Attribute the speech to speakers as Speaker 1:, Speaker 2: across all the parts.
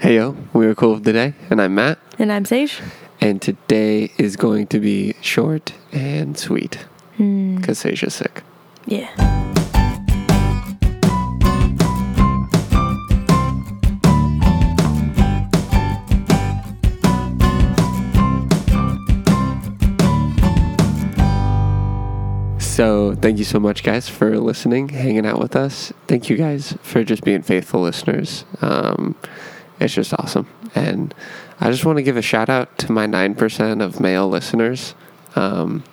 Speaker 1: Hey yo, we are cool today, and I'm Matt,
Speaker 2: And I'm Sage.
Speaker 1: and today is going to be short and sweet because Sage is sick.
Speaker 2: Yeah.
Speaker 1: So thank you so much, guys, for listening, hanging out with us. Thank you guys for just being faithful listeners. Um, it's just awesome, and I just want to give a shout out to my nine percent of male listeners. Um,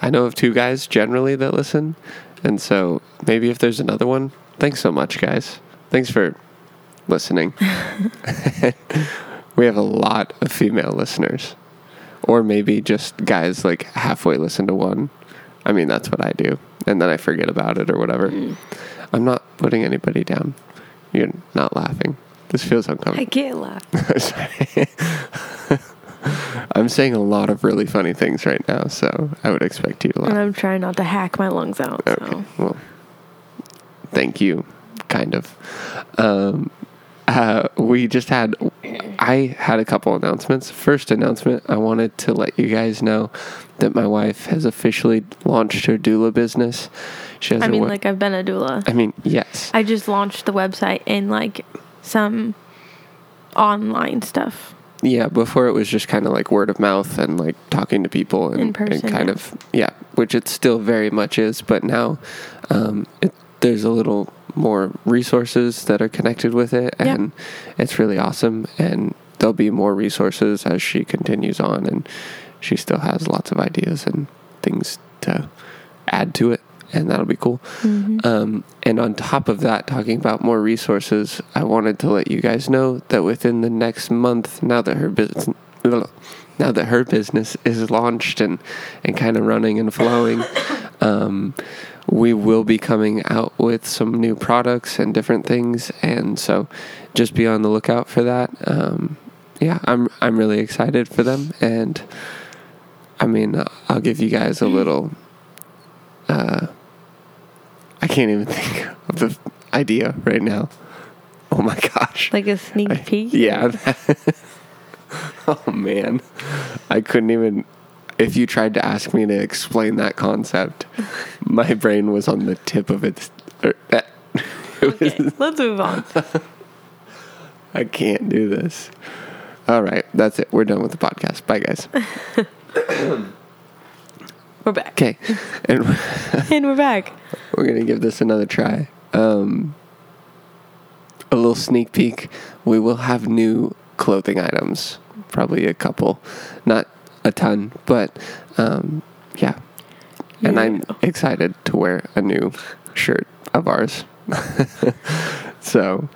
Speaker 1: I know of two guys generally that listen, and so maybe if there's another one, thanks so much, guys. Thanks for listening. we have a lot of female listeners, or maybe just guys like halfway listen to one. I mean, that's what I do, and then I forget about it or whatever. I'm not putting anybody down. You're not laughing. This feels uncomfortable.
Speaker 2: I can't laugh.
Speaker 1: Sorry. I'm saying a lot of really funny things right now, so I would expect you to laugh.
Speaker 2: And I'm trying not to hack my lungs out. So.
Speaker 1: Okay. Well, thank you, kind of. Um, uh, we just had, I had a couple announcements. First announcement, I wanted to let you guys know that my wife has officially launched her doula business. She has
Speaker 2: I
Speaker 1: a
Speaker 2: mean,
Speaker 1: web-
Speaker 2: like, I've been a doula.
Speaker 1: I mean, yes,
Speaker 2: I just launched the website and, like, some online stuff.
Speaker 1: yeah. Before it was just kind of like word of mouth and like talking to people and,
Speaker 2: In person,
Speaker 1: and kind
Speaker 2: yeah.
Speaker 1: of yeah, which it still very much is. But now, um, it, there's a little more resources that are connected with it,
Speaker 2: Yeah.
Speaker 1: and it's really awesome. And there'll be more resources as she continues on, and she still has lots of ideas and things to add to it, and that'll be cool. Um, and on top of that, talking about more resources, I wanted to let you guys know that within the next month, now that her business, now that her business is launched and and kind of running and flowing, um, we will be coming out with some new products and different things, and so just be on the lookout for that. Um, yeah, I'm I'm really excited for them, and I mean, I'll give you guys a little. Uh, I can't even think of the idea right now. Oh my gosh.
Speaker 2: Like a sneak
Speaker 1: I-
Speaker 2: peek.
Speaker 1: Yeah. oh man. I couldn't even if you tried to ask me to explain that concept, my brain was on the tip of its or, eh, it was,
Speaker 2: Okay, let's move on.
Speaker 1: I can't do this. All right, that's it. We're done with the podcast. Bye guys.
Speaker 2: We're back.
Speaker 1: Okay. And
Speaker 2: And we're back.
Speaker 1: We're gonna give this another try. Um, a little sneak peek. We will have new clothing items, probably a couple, not a ton, but um, yeah. And
Speaker 2: Yeah.
Speaker 1: I'm excited to wear a new shirt of ours. so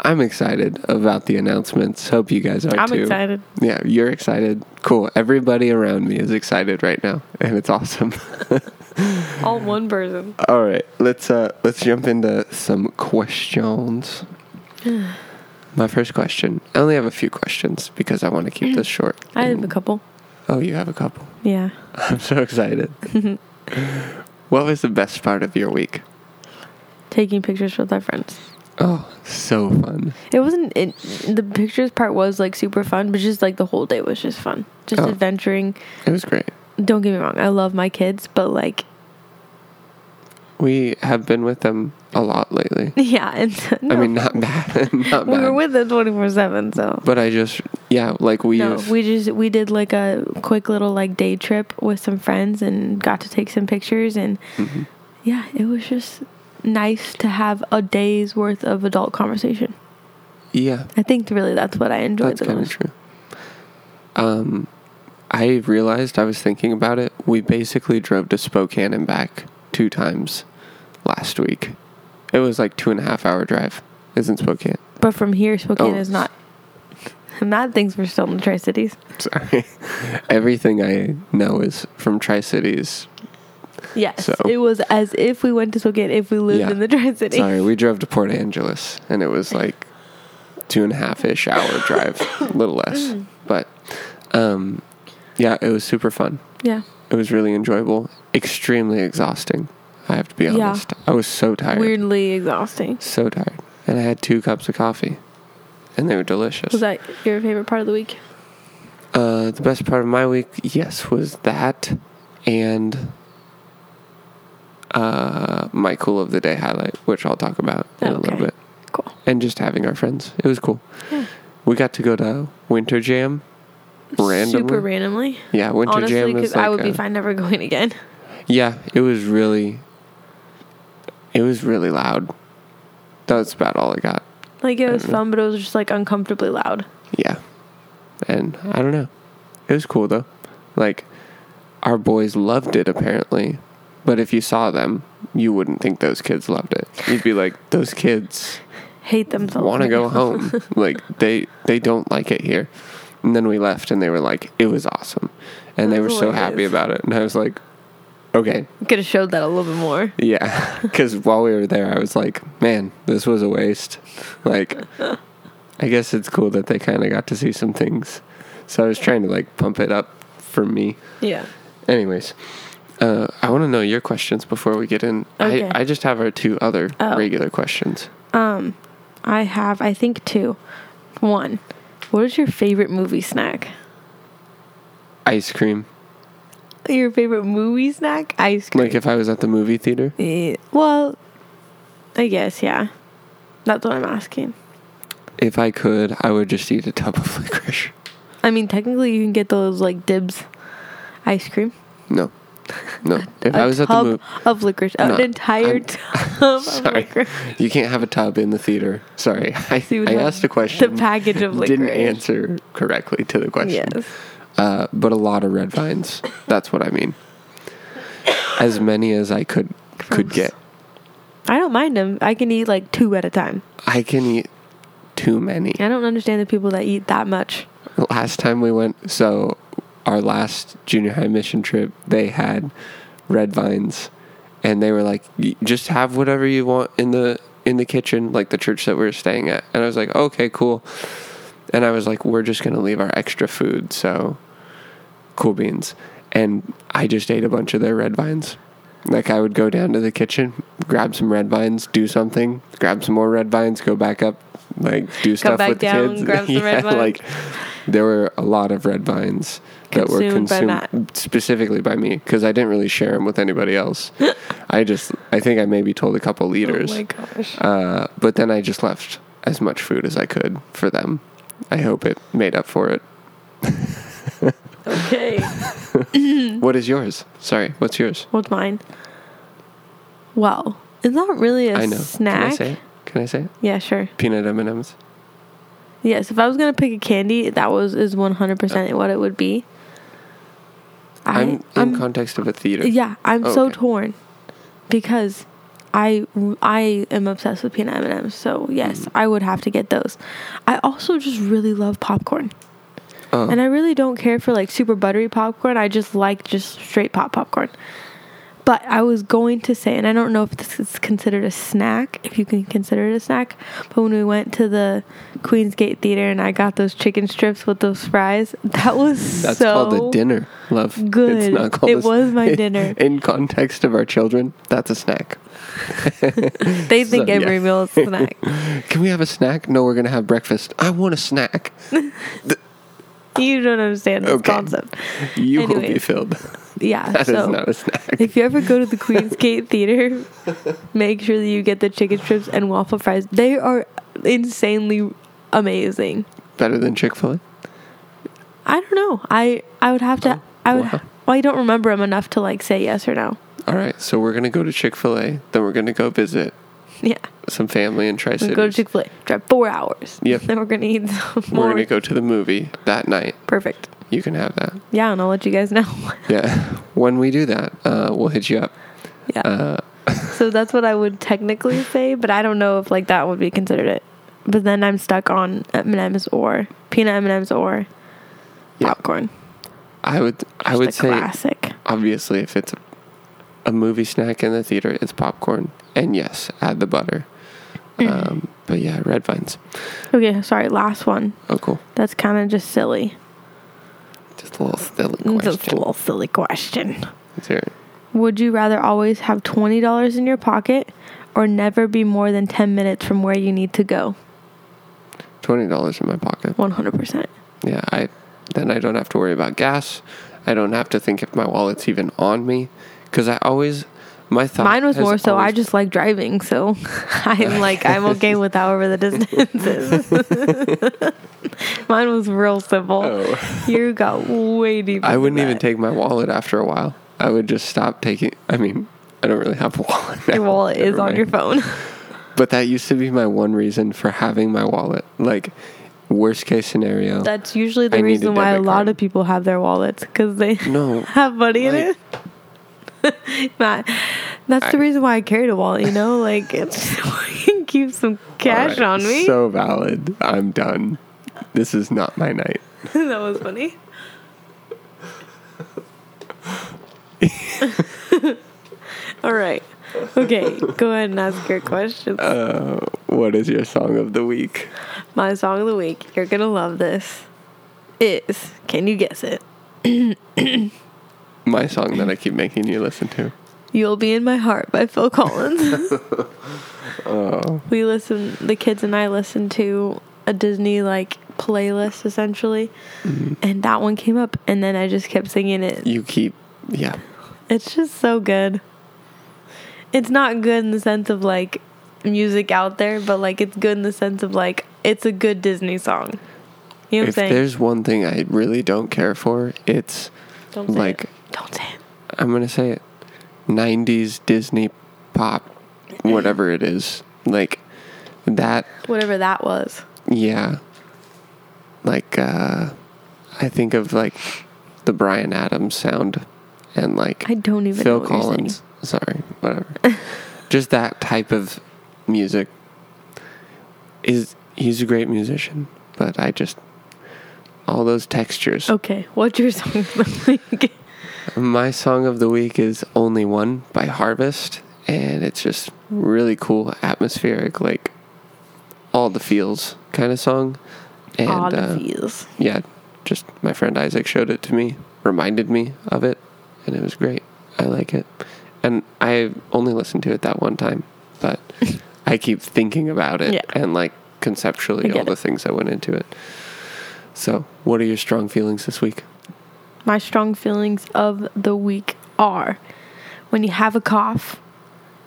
Speaker 1: I'm excited about the announcements. Hope you guys are
Speaker 2: I'm
Speaker 1: too.
Speaker 2: excited.
Speaker 1: Yeah, you're excited. Cool. Everybody around me is excited right now, and it's awesome.
Speaker 2: All one person.
Speaker 1: All right, let's uh let's jump into some questions. My first question. I only have a few questions because I want to keep this short.
Speaker 2: I have a couple.
Speaker 1: Oh, you have a couple.
Speaker 2: Yeah.
Speaker 1: I'm so excited. what was the best part of your week?
Speaker 2: Taking pictures with our friends.
Speaker 1: Oh, so fun.
Speaker 2: It wasn't. It, the pictures part was like super fun, but just like the whole day was just fun. Just
Speaker 1: Oh.
Speaker 2: adventuring.
Speaker 1: It was great.
Speaker 2: Don't get me wrong. I love my kids, but like,
Speaker 1: We have been with them a lot lately.
Speaker 2: yeah. And
Speaker 1: I mean, not bad, not
Speaker 2: we
Speaker 1: bad.
Speaker 2: were with them twenty four seven. So
Speaker 1: but I just yeah, like we
Speaker 2: no,
Speaker 1: have-
Speaker 2: we just we did like a quick little like day trip with some friends and got to take some pictures and
Speaker 1: Mm-hmm.
Speaker 2: yeah, it was just nice to have a day's worth of adult conversation.
Speaker 1: yeah.
Speaker 2: I think really that's what I enjoyed
Speaker 1: That's
Speaker 2: the
Speaker 1: kind of
Speaker 2: most.
Speaker 1: true. Um, I realized I was thinking about it. We basically drove to Spokane and back two times last week. It was like two and a half hour drive. Isn't Spokane?
Speaker 2: But from here, Spokane
Speaker 1: Oh.
Speaker 2: is not. Not things we're still in the Tri Cities.
Speaker 1: Sorry. Everything I know is from Tri Cities.
Speaker 2: Yes,
Speaker 1: So-
Speaker 2: it was as if we went to Spokane if we lived
Speaker 1: Yeah.
Speaker 2: in the Tri Cities.
Speaker 1: Sorry, we drove to Port Angeles and it was like two and a half ish hour drive, a little less.
Speaker 2: Mm.
Speaker 1: But um, yeah, it was super fun.
Speaker 2: Yeah,
Speaker 1: It was really enjoyable. Extremely exhausting. I have to be
Speaker 2: Yeah.
Speaker 1: honest. I was so tired.
Speaker 2: weirdly exhausting.
Speaker 1: So tired. And I had two cups of coffee. and they were delicious.
Speaker 2: Was that your favorite part of the week?
Speaker 1: Uh, the best part of my week, yes, was that and uh, my cool of the day highlight, which I'll talk about in a little
Speaker 2: Okay.
Speaker 1: bit,
Speaker 2: Cool.
Speaker 1: and just having our friends. It was cool.
Speaker 2: Yeah.
Speaker 1: We got to go to Winter Jam. Randomly.
Speaker 2: Super randomly.
Speaker 1: Yeah, Winter
Speaker 2: Honestly, 'cause
Speaker 1: Jam is like
Speaker 2: I would be
Speaker 1: a-
Speaker 2: fine never going again.
Speaker 1: Yeah, it was really, it was really loud. That's about all I got.
Speaker 2: Like it
Speaker 1: Mm-hmm.
Speaker 2: was fun, but it was just like uncomfortably loud.
Speaker 1: Yeah. And I don't know. It was cool though. Like our boys loved it apparently. But if you saw them, you wouldn't think those kids loved it. You'd be like, those kids
Speaker 2: Hate themselves.
Speaker 1: want to
Speaker 2: now.
Speaker 1: go home. Like they they don't like it here. And then we left and they were like, it was awesome. And they were
Speaker 2: That's
Speaker 1: so happy
Speaker 2: hilarious.
Speaker 1: about it. And I was like, okay,
Speaker 2: Could have showed that a little bit more.
Speaker 1: yeah, because while we were there, I was like, man, this was a waste. Like, I guess it's cool that they kind of got to see some things. So I was trying to like pump it up for me.
Speaker 2: Yeah.
Speaker 1: Anyways, uh, I want to know your questions before we get in.
Speaker 2: Okay.
Speaker 1: I, I just have our two other
Speaker 2: Oh.
Speaker 1: regular questions.
Speaker 2: I have, I think, two. One, what is your favorite movie snack?
Speaker 1: Ice cream.
Speaker 2: Your favorite movie snack? Ice cream.
Speaker 1: Like if I was at the movie theater,
Speaker 2: Eh, well, I guess, yeah. That's what I'm asking.
Speaker 1: if I could, I would just eat a tub of licorice.
Speaker 2: I mean, technically, you can get those like dibs ice cream.
Speaker 1: No, no. If
Speaker 2: A
Speaker 1: I was at the
Speaker 2: tub
Speaker 1: movie,
Speaker 2: of licorice.
Speaker 1: No,
Speaker 2: an entire
Speaker 1: I'm-
Speaker 2: tub of
Speaker 1: Sorry.
Speaker 2: licorice.
Speaker 1: you can't have a tub in the theater. Sorry, I,
Speaker 2: you would
Speaker 1: I
Speaker 2: have
Speaker 1: asked a
Speaker 2: The
Speaker 1: question.
Speaker 2: package of licorice.
Speaker 1: didn't answer correctly to the question.
Speaker 2: Yes.
Speaker 1: Uh, but a lot of red vines. That's what I mean. As many as I could could
Speaker 2: Gross.
Speaker 1: get.
Speaker 2: I don't mind them. I can eat like two at a time.
Speaker 1: I can eat too many.
Speaker 2: I don't understand the people that eat that much.
Speaker 1: Last time we went, so our last junior high mission trip, they had red vines, and they were like, "Y- "Just have whatever you want in the in the kitchen, like the church that we were staying at." And I was like, "Okay, cool." And I was like, "We're just gonna leave our extra food, so cool beans." And I just ate a bunch of their red vines. Like I would go down to the kitchen, grab some red vines, do something, grab some more red vines, go back up, like do stuff
Speaker 2: back
Speaker 1: with the
Speaker 2: down,
Speaker 1: kids.
Speaker 2: grab some red vines.
Speaker 1: Like there were a lot of red vines that were
Speaker 2: Consumed by
Speaker 1: consumed
Speaker 2: Matt.
Speaker 1: specifically by me because I didn't really share them with anybody else. I just, I think I maybe told a couple leaders,
Speaker 2: Oh my gosh.
Speaker 1: uh, but then I just left as much food as I could for them. I hope it made up for it.
Speaker 2: Okay. Mm.
Speaker 1: What is yours? Sorry, what's yours?
Speaker 2: What's mine? Well, it's not really a
Speaker 1: I know. Can I
Speaker 2: snack.
Speaker 1: say it? Can I say it?
Speaker 2: Yeah, sure.
Speaker 1: Peanut M and M's.
Speaker 2: Yes, if I was gonna pick a candy, that was is one hundred percent what it would be.
Speaker 1: Oh.
Speaker 2: I,
Speaker 1: I'm in
Speaker 2: I'm-
Speaker 1: context of a theater.
Speaker 2: yeah, I'm
Speaker 1: Oh,
Speaker 2: so
Speaker 1: okay.
Speaker 2: torn because I I am obsessed with peanut M and M's. So yes,
Speaker 1: Mm.
Speaker 2: I would have to get those. I also just really love popcorn,
Speaker 1: Oh,
Speaker 2: and I really don't care for like super buttery popcorn. I just like just straight pop popcorn. But I was going to say, and I don't know if this is considered a snack, if you can consider it a snack, but when we went to the Queensgate Theater and I got those chicken strips with those fries, that was
Speaker 1: that's
Speaker 2: so
Speaker 1: called a dinner, love.
Speaker 2: good. It
Speaker 1: a s-
Speaker 2: was my dinner.
Speaker 1: In context of our children, that's a snack.
Speaker 2: They think
Speaker 1: So,
Speaker 2: every
Speaker 1: yeah.
Speaker 2: meal is a snack.
Speaker 1: Can we have a snack? No, we're gonna have breakfast. I want a snack.
Speaker 2: you don't understand this
Speaker 1: Okay.
Speaker 2: concept.
Speaker 1: You will be
Speaker 2: Anyways.
Speaker 1: filled.
Speaker 2: Yeah.
Speaker 1: That is
Speaker 2: uh, so
Speaker 1: not a snack.
Speaker 2: if you ever go to the Queensgate Theater, make sure that you get the chicken strips and waffle fries. They are insanely amazing.
Speaker 1: Better than Chick Fil A.
Speaker 2: I don't know. I I would have to. I
Speaker 1: Oh,
Speaker 2: would.
Speaker 1: wow.
Speaker 2: Well, I don't remember them enough to like say yes or no.
Speaker 1: All right, so we're gonna go to Chick Fil A. Then we're gonna go visit
Speaker 2: Yeah,
Speaker 1: some family in Tri
Speaker 2: we go to
Speaker 1: Cities.
Speaker 2: Chick Fil A. Drive four hours.
Speaker 1: Yep.
Speaker 2: Then we're gonna eat some
Speaker 1: We're
Speaker 2: more.
Speaker 1: gonna go to the movie that night.
Speaker 2: Perfect.
Speaker 1: You can have that.
Speaker 2: Yeah, and I'll let you guys know.
Speaker 1: Yeah, when we do that, uh, we'll hit you up.
Speaker 2: yeah.
Speaker 1: Uh,
Speaker 2: So that's what I would technically say, but I don't know if like that would be considered it. But then I'm stuck on M&Ms or peanut M&Ms or
Speaker 1: Yeah.
Speaker 2: popcorn.
Speaker 1: I would, I
Speaker 2: Just a
Speaker 1: would say,
Speaker 2: classic.
Speaker 1: obviously, if it's a movie snack in the theater, it's popcorn, and yes, add the butter.
Speaker 2: Mm-hmm.
Speaker 1: Um, but yeah, red vines.
Speaker 2: Okay, sorry, last one.
Speaker 1: Oh, cool.
Speaker 2: That's kind of just silly.
Speaker 1: Just a little silly
Speaker 2: Just a
Speaker 1: question.
Speaker 2: little silly question.
Speaker 1: Let's hear it.
Speaker 2: Would you rather always have twenty dollars in your pocket or never be more than ten minutes from where you need to go?
Speaker 1: twenty dollars in my pocket.
Speaker 2: One hundred percent.
Speaker 1: Yeah, I then I don't have to worry about gas. I don't have to think if my wallet's even on me because I always my thought.
Speaker 2: Mine was
Speaker 1: has
Speaker 2: more so. I
Speaker 1: always-
Speaker 2: just like driving, so I'm like I'm okay with however the distance is. Mine was real simple.
Speaker 1: Oh.
Speaker 2: You got way deep.
Speaker 1: I
Speaker 2: into
Speaker 1: wouldn't even
Speaker 2: that.
Speaker 1: take my wallet after a while. I would just stop taking. I mean, I don't really have a wallet. Now,
Speaker 2: your wallet is
Speaker 1: never
Speaker 2: on
Speaker 1: mind.
Speaker 2: your phone.
Speaker 1: But that used to be my one reason for having my wallet. Like worst case scenario.
Speaker 2: That's usually the
Speaker 1: I need a
Speaker 2: reason why a
Speaker 1: debit
Speaker 2: lot
Speaker 1: card.
Speaker 2: of people have their wallets because they
Speaker 1: no,
Speaker 2: have money in
Speaker 1: Like-
Speaker 2: it. Matt, that's the
Speaker 1: I-
Speaker 2: reason why I carried a wallet. You know, like it's keep some cash
Speaker 1: Alright,
Speaker 2: on me.
Speaker 1: So valid. I'm done. This is not my night.
Speaker 2: that was funny. All right. Okay, go ahead and ask your questions.
Speaker 1: What is your song of the week?
Speaker 2: My song of the week, you're gonna love this, is Can You Guess It?
Speaker 1: My song that I keep making you listen to.
Speaker 2: You'll Be in My Heart by Phil Collins. We listen, the kids and I listen to a Disney like playlist essentially, and that one came up, and then I just kept singing it.
Speaker 1: You keep, yeah.
Speaker 2: It's just so good. It's not good in the sense of like music out there, but like it's good in the sense of like it's a good Disney song. You know what I'm
Speaker 1: If
Speaker 2: saying?
Speaker 1: there's one thing I really don't care for, it's
Speaker 2: Don't say
Speaker 1: like-
Speaker 2: it. Don't say it.
Speaker 1: I'm gonna say it. '90s Disney pop, whatever it is, like that.
Speaker 2: Whatever that was.
Speaker 1: Yeah, like uh, I think of like the Brian Adams sound, and like
Speaker 2: I don't even
Speaker 1: Phil
Speaker 2: know. Phil
Speaker 1: Collins. Sorry, whatever. Just that type of music is he's a great musician, but I just all those textures.
Speaker 2: Okay, what's your song of the week?
Speaker 1: My song of the week is Only One by Harvest, and it's just really cool, atmospheric, like all the feels kind of song. And
Speaker 2: All
Speaker 1: uh,
Speaker 2: the feels.
Speaker 1: yeah, just my friend Isaac showed it to me, reminded me of it, and it was great. I like it. And I only listened to it that one time, but I keep thinking about it
Speaker 2: Yeah.
Speaker 1: and like
Speaker 2: I
Speaker 1: conceptually
Speaker 2: get
Speaker 1: all the
Speaker 2: it.
Speaker 1: things that went into it. So, what are your strong feelings this week?
Speaker 2: My strong feelings of the week are when you have a cough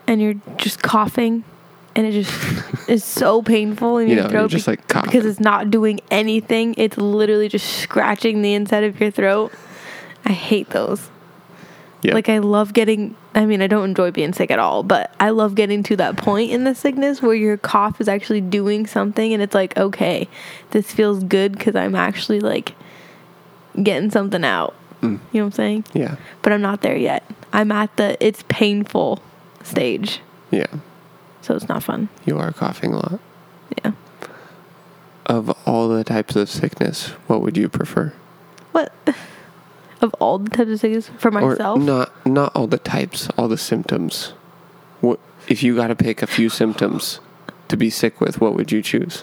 Speaker 2: and you're just coughing and it just is so painful in
Speaker 1: You
Speaker 2: your
Speaker 1: know,
Speaker 2: throat
Speaker 1: you're just
Speaker 2: be-
Speaker 1: like coughing.
Speaker 2: because it's not doing anything. It's literally just scratching the inside of your throat. I hate those.
Speaker 1: Yeah.
Speaker 2: Like I love getting I mean, I don't enjoy being sick at all, but I love getting to that point in the sickness where your cough is actually doing something and it's like, okay, this feels good cuz I'm actually like getting something out.
Speaker 1: Mm.
Speaker 2: You know what I'm saying?
Speaker 1: yeah.
Speaker 2: But I'm not there yet. I'm at the it's painful stage.
Speaker 1: Yeah.
Speaker 2: So it's not fun.
Speaker 1: You are coughing a lot.
Speaker 2: Yeah.
Speaker 1: Of all the types of sickness, what would you prefer?
Speaker 2: What of all the types of sickness for myself?
Speaker 1: Or not not all the types, all the symptoms. What if you got to pick a few symptoms to be sick with? What would you choose?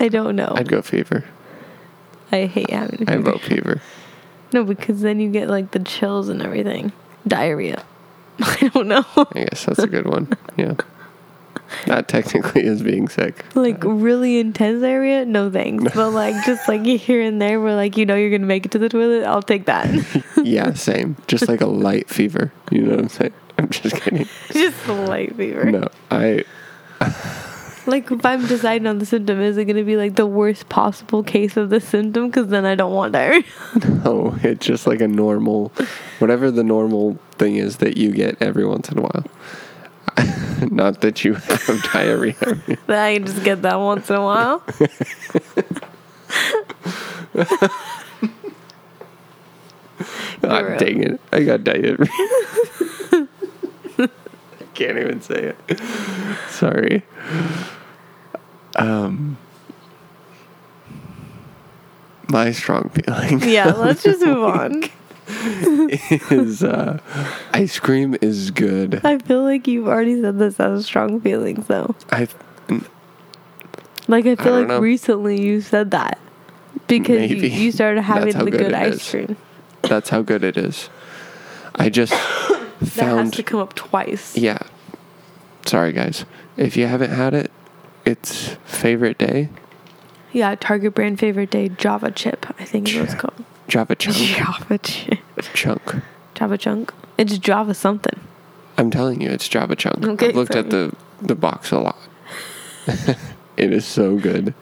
Speaker 2: I don't know.
Speaker 1: I'd go fever.
Speaker 2: I hate having
Speaker 1: I
Speaker 2: fever.
Speaker 1: vote fever.
Speaker 2: No, because then you get like the chills and everything. Diarrhea. I don't know.
Speaker 1: I guess that's a good one. Yeah. That technically is being sick.
Speaker 2: like really intense diarrhea? No thanks. But like just like here and there where like you know you're gonna make it to the toilet, I'll take that.
Speaker 1: Yeah, same. Just like a light fever. You know what I'm saying? I'm just kidding.
Speaker 2: just a light fever.
Speaker 1: No, I
Speaker 2: Like if I'm deciding on the symptom, is it gonna be like the worst possible case of the symptom? Because then I don't want diarrhea.
Speaker 1: no. oh, It's just like a normal, whatever the normal thing is that you get every once in a while. Not that you have diarrhea.
Speaker 2: then I can just get that once in a while.
Speaker 1: Ah,
Speaker 2: Gross.
Speaker 1: dang it. I got diarrhea. Can't even say it. Sorry. Um, my strong feeling
Speaker 2: yeah, let's just move on.
Speaker 1: is uh, ice cream is good.
Speaker 2: I feel like you've already said this as strong feelings though.
Speaker 1: I
Speaker 2: Like I feel
Speaker 1: don't
Speaker 2: like
Speaker 1: know.
Speaker 2: recently you said that because you,
Speaker 1: Maybe.
Speaker 2: you started
Speaker 1: That's
Speaker 2: having
Speaker 1: how
Speaker 2: the
Speaker 1: good
Speaker 2: good,
Speaker 1: it
Speaker 2: ice
Speaker 1: is.
Speaker 2: cream.
Speaker 1: that's how good it is. I just
Speaker 2: That has
Speaker 1: found
Speaker 2: to come up twice.
Speaker 1: yeah. sorry guys, if you haven't had it, it's favorite day.
Speaker 2: Yeah, Target brand favorite day Java chip. I think it was called
Speaker 1: Java chunk,
Speaker 2: Java chip.
Speaker 1: chunk.
Speaker 2: Java chunk. It's Java something.
Speaker 1: I'm telling you, it's Java chunk.
Speaker 2: Okay,
Speaker 1: I've looked
Speaker 2: sorry.
Speaker 1: at the the box a lot. it is so good,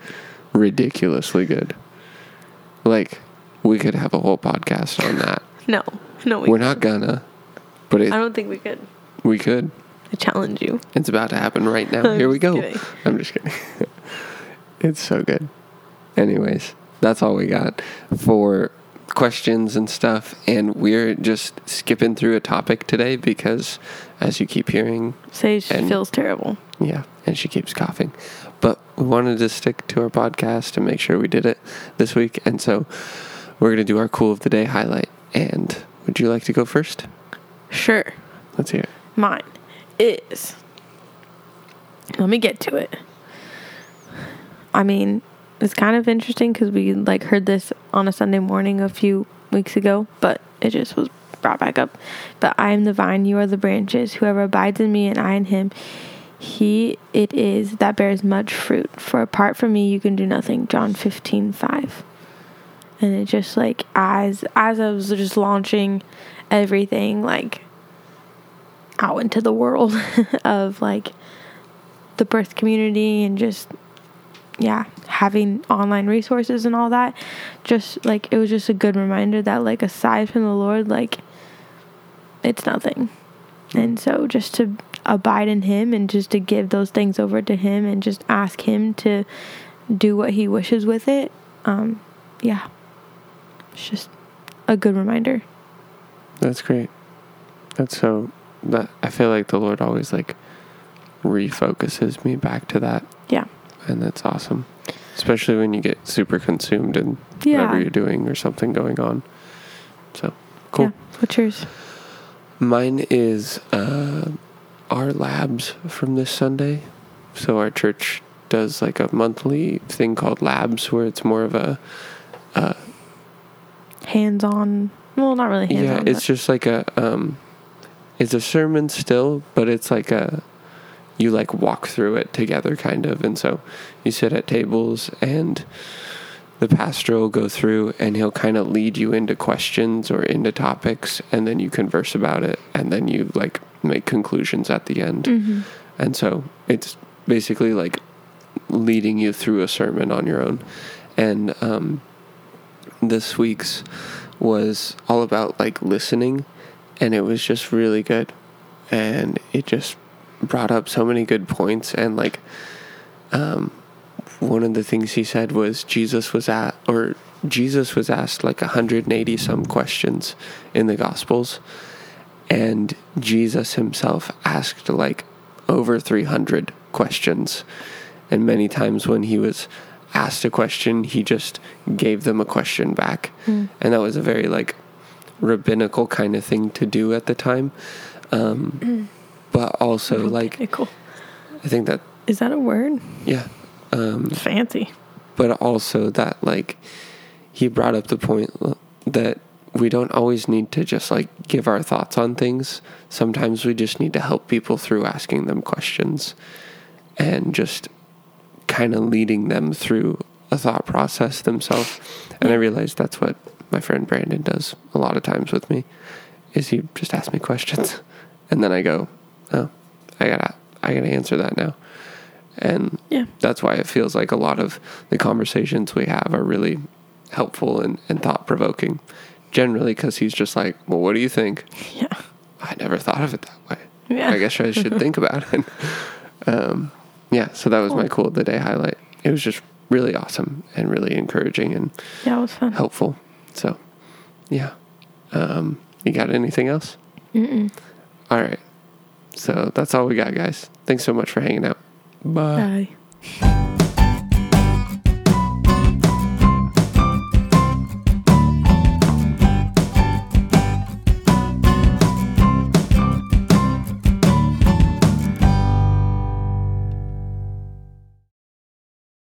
Speaker 1: ridiculously good. Like we could have a whole podcast on that.
Speaker 2: No, no, we,
Speaker 1: We're not gonna, but
Speaker 2: I
Speaker 1: it,
Speaker 2: don't think we could.
Speaker 1: we could.
Speaker 2: I challenge you.
Speaker 1: It's about to happen right now.
Speaker 2: I'm
Speaker 1: Oh, Here we
Speaker 2: just
Speaker 1: go.
Speaker 2: kidding.
Speaker 1: I'm just kidding. it's so good. Anyways, that's all we got for questions and stuff. And we're just skipping through a topic today because, as you keep hearing,
Speaker 2: Sage
Speaker 1: And-
Speaker 2: feels terrible.
Speaker 1: yeah, and she keeps coughing. But we wanted to stick to our podcast and make sure we did it this week. And so we're going to do our cool of the day highlight. And would you like to go first?
Speaker 2: Sure,
Speaker 1: Let's hear it.
Speaker 2: mine is. Let me get to it. I mean, it's kind of interesting because we like heard this on a Sunday morning a few weeks ago, but it just was brought back up. But I am the vine, you are the branches. Whoever abides in me and I in him, he it is that bears much fruit. For apart from me, you can do nothing. John fifteen five. And it just like as as I was just launching everything like out into the world of like the birth community and just yeah having online resources and all that just like it was just a good reminder that like aside from the lord like it's nothing and so just to abide in him and just to give those things over to him and just ask him to do what he wishes with it um yeah it's just a good reminder
Speaker 1: That's great. That's so that I feel like the Lord always like refocuses me back to that.
Speaker 2: Yeah.
Speaker 1: And that's awesome. Especially when you get super consumed in
Speaker 2: yeah
Speaker 1: whatever you're doing or something going on. So cool.
Speaker 2: yeah what's yours
Speaker 1: Mine is uh, our labs from this Sunday. So our church does like a monthly thing called labs, where it's more of a
Speaker 2: hands on. Well, not really hands
Speaker 1: yeah,
Speaker 2: on.
Speaker 1: it's just like a um, it's a sermon still, but it's like a you like walk through it together kind of, and so you sit at tables and the pastor will go through and he'll kind of lead you into questions or into topics, and then you converse about it, and then you like make conclusions at the end.
Speaker 2: hmm
Speaker 1: And so it's basically like leading you through a sermon on your own. And um, this week's was all about like listening, and it was just really good. And it just brought up so many good points. And like, um, one of the things he said was Jesus was at, or Jesus was asked like 180 some questions in the Gospels and Jesus himself asked like over 300 questions. And many times when he was asked a question, he just gave them a question back. And that was a very like rabbinical kind of thing to do at the time. Um, but also, like, I think that,
Speaker 2: is that a word?
Speaker 1: yeah. Um,
Speaker 2: Fancy.
Speaker 1: but also that like he brought up the point that we don't always need to just like give our thoughts on things. Sometimes we just need to help people through asking them questions and just kind of leading them through a thought process themselves. And I realized that's what my friend Brandon does a lot of times with me is he just asks me questions and then I go, "Oh, I got to I got to answer that now." And
Speaker 2: Yeah.
Speaker 1: that's why it feels like a lot of the conversations we have are really helpful and, and thought provoking. Generally, because he's just like, well, what do you think?
Speaker 2: Yeah.
Speaker 1: I never thought of it that way.
Speaker 2: Yeah.
Speaker 1: I guess I should think about it. Um, yeah, so that was my cool of the day highlight. It was just really awesome and really encouraging and
Speaker 2: Yeah, it was fun.
Speaker 1: helpful. So, yeah. Um, you got anything else?
Speaker 2: Mm-mm.
Speaker 1: All right. So that's all we got, guys. Thanks so much for hanging out. Bye.
Speaker 2: Bye.